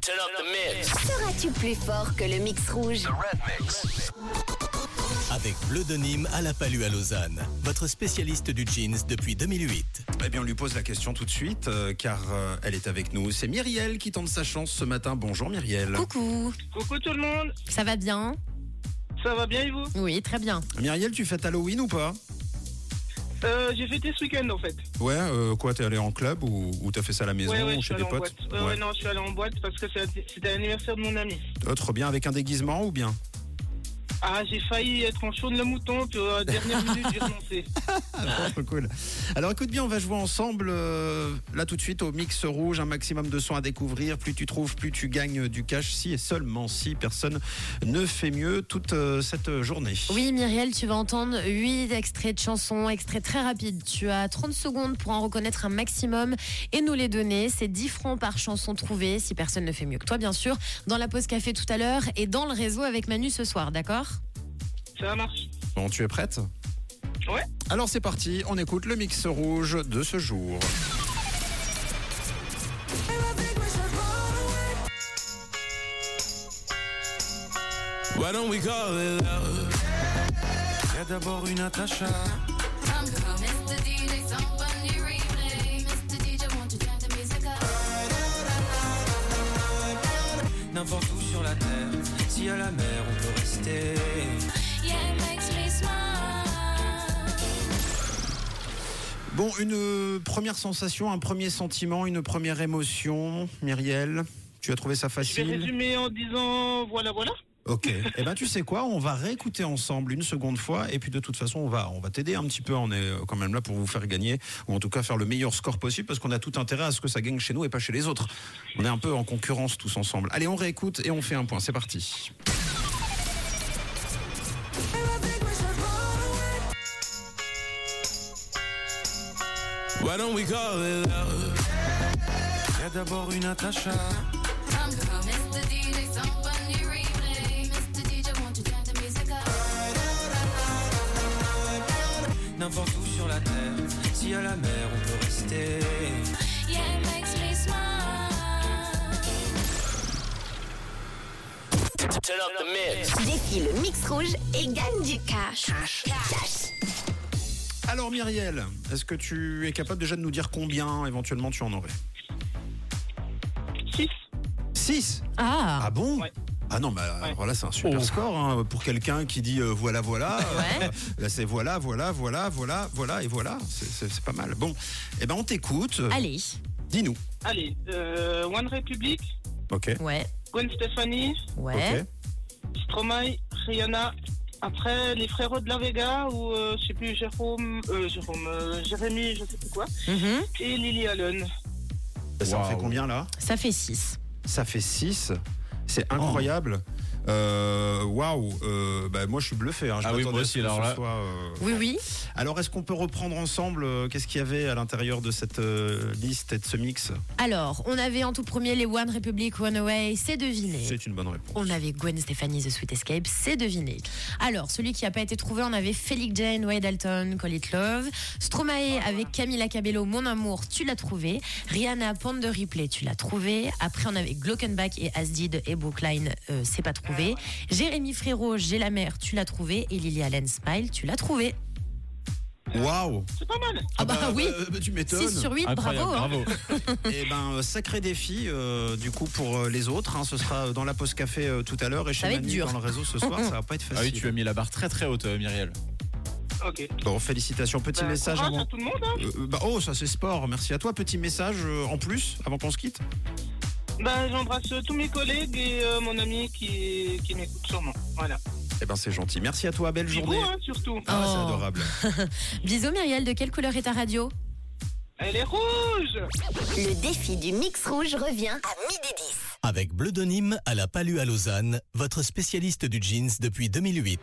Turn up the mix. Seras-tu plus fort que le mix rouge Red mix. Avec Bleu de Nîmes à la Palue à Lausanne, votre spécialiste du jeans depuis 2008. Eh bien, on lui pose la question tout de suite, euh, car euh, elle est avec nous. C'est Myriel qui tente sa chance ce matin. Bonjour Myriel. Coucou, Coucou tout le monde, ça va bien ça va bien et vous Oui, très bien. Myriel, tu fêtes Halloween ou pas euh, J'ai fêté ce week-end en fait. Ouais, euh, quoi, t'es allé en club ou, ou t'as fait ça à la maison ouais, ouais, je ou suis chez allé des en potes boîte. Ouais, ouais, non, je suis allé en boîte parce que c'est- c'était l'anniversaire de mon ami. Euh, Trop bien, avec un déguisement ou bien Ah, j'ai failli être en chaune le mouton, puis à la dernière minute, j'ai renoncé. Ah, trop cool. Alors écoute bien, on va jouer ensemble euh, là tout de suite au mix rouge, un maximum de sons à découvrir. Plus tu trouves, plus tu gagnes du cash, si et seulement si personne ne fait mieux toute euh, cette journée. Oui, Myriel, tu vas entendre 8 extraits de chansons, extraits très rapides. Tu as 30 secondes pour en reconnaître un maximum et nous les donner. C'est 10 francs par chanson trouvée, si personne ne fait mieux que toi, bien sûr. Dans la pause café tout à l'heure et dans le réseau avec Manu ce soir, d'accord Ça marche. Bon, tu es prête Ouais. Alors c'est parti, on écoute le mix rouge de ce jour. Why don't we call it love? Y'a d'abord une attache à- I'm coming, Mr. DJ, somebody replay. Mr. DJ, won't you turn the music up? N'importe où sur la terre, s'il y a la mer, on peut rester. Yeah, it makes me smile. Bon, une euh, première sensation, un premier sentiment, une première émotion, Myriel tu as trouvé ça Je vais facile résumer en disant voilà, voilà. Ok. Eh ben tu sais quoi On va réécouter ensemble une seconde fois et puis de toute façon on va on va t'aider un petit peu. On est euh, quand même là pour vous faire gagner ou en tout cas faire le meilleur score possible parce qu'on a tout intérêt à ce que ça gagne chez nous et pas chez les autres. On est un peu en concurrence tous ensemble. Allez, on réécoute et on fait un point. C'est parti. Why don't we call it love? Y'a d'abord une attache à- I'm coming, Mr. DJ, somebody replay. Mr. DJ, won't you turn the music up? N'importe où sur la terre, s'il y a la mer, on peut rester. Yeah, it makes me smile. Turn up the mix. Défie le mix rouge et gagne du cash. Cash. Alors Myriel, est-ce que tu es capable déjà de nous dire combien éventuellement tu en aurais 6. 6 Ah, Ah bon Ouais. Ah non, bah, Ouais. alors là c'est un super score hein, pour quelqu'un qui dit euh, voilà, voilà. Ah. Ouais. Euh, là c'est voilà, voilà, voilà, voilà, voilà et voilà. C'est- C'est c'est pas mal. Bon, eh ben on t'écoute. allez. Dis-nous. Allez, euh, One Republic, Ok. Ouais, Gwen Stefani, ouais. Ok. Stromae, Rihanna. Après, les frérots de la Vega ou euh, je sais plus, Jérôme, euh, Jérôme, euh, Jérémy, je sais plus quoi. Mhm. Et Lily Allen. Ça en fait Waouh. combien là Oh. Ça fait 6. Ça fait 6. C'est incroyable. Euh, Waouh. Euh, bah, moi, je suis bluffé. hein. Je Ah oui, m'attendais moi à ce aussi, que ce alors là. soit, euh, Oui, oui. Alors, est-ce qu'on peut reprendre ensemble euh, qu'est-ce qu'il y avait à l'intérieur de cette euh, liste et de ce mix Alors, on avait en tout premier les One Republic, One Away, c'est deviné. C'est une bonne réponse. On avait Gwen Stefani, The Sweet Escape, c'est deviné. Alors, celui qui n'a pas été trouvé, on avait Felix Jane, Wade Dalton, Call It Love. Stromae avec Camila Cabello, Mon Amour, tu l'as trouvé. Rihanna, Pond de Replay, tu l'as trouvé. Après, on avait Glockenbach et Asdid et Brookline, euh, c'est pas trouvé. Jérémy Frérot, J'ai la mer, tu l'as trouvé. Et Lily Allen, Smile, tu l'as trouvé. Waouh C'est pas mal. Ah bah, oui euh, bah, Tu 6 sur 8, bravo, hein. bravo. Eh ben, euh, sacré défi euh, du coup pour euh, les autres. hein. Ce sera dans la pause café euh, tout à l'heure et chez va être Manu dur. dans le réseau ce soir. ça va pas être facile. Ah oui, tu as mis la barre très très haute, euh, Myriel. Ok. Bon, félicitations. Petit Bah, message courage avant. à tout le monde. hein. Euh, bah, oh, ça c'est sport. Merci à toi. Petit message euh, en plus avant qu'on se quitte. Ben, j'embrasse tous mes collègues et euh, mon ami qui, qui m'écoute sûrement. Voilà. Eh ben c'est gentil. Merci à toi, belle journée. Bisous, hein, surtout. Ah, c'est Oh. adorable. Bisous, Myriel, de quelle couleur est ta radio Elle est rouge Le défi du mix rouge revient à midi 10. Avec Bleu de Nîmes à la Palue à Lausanne, votre spécialiste du jeans depuis 2008.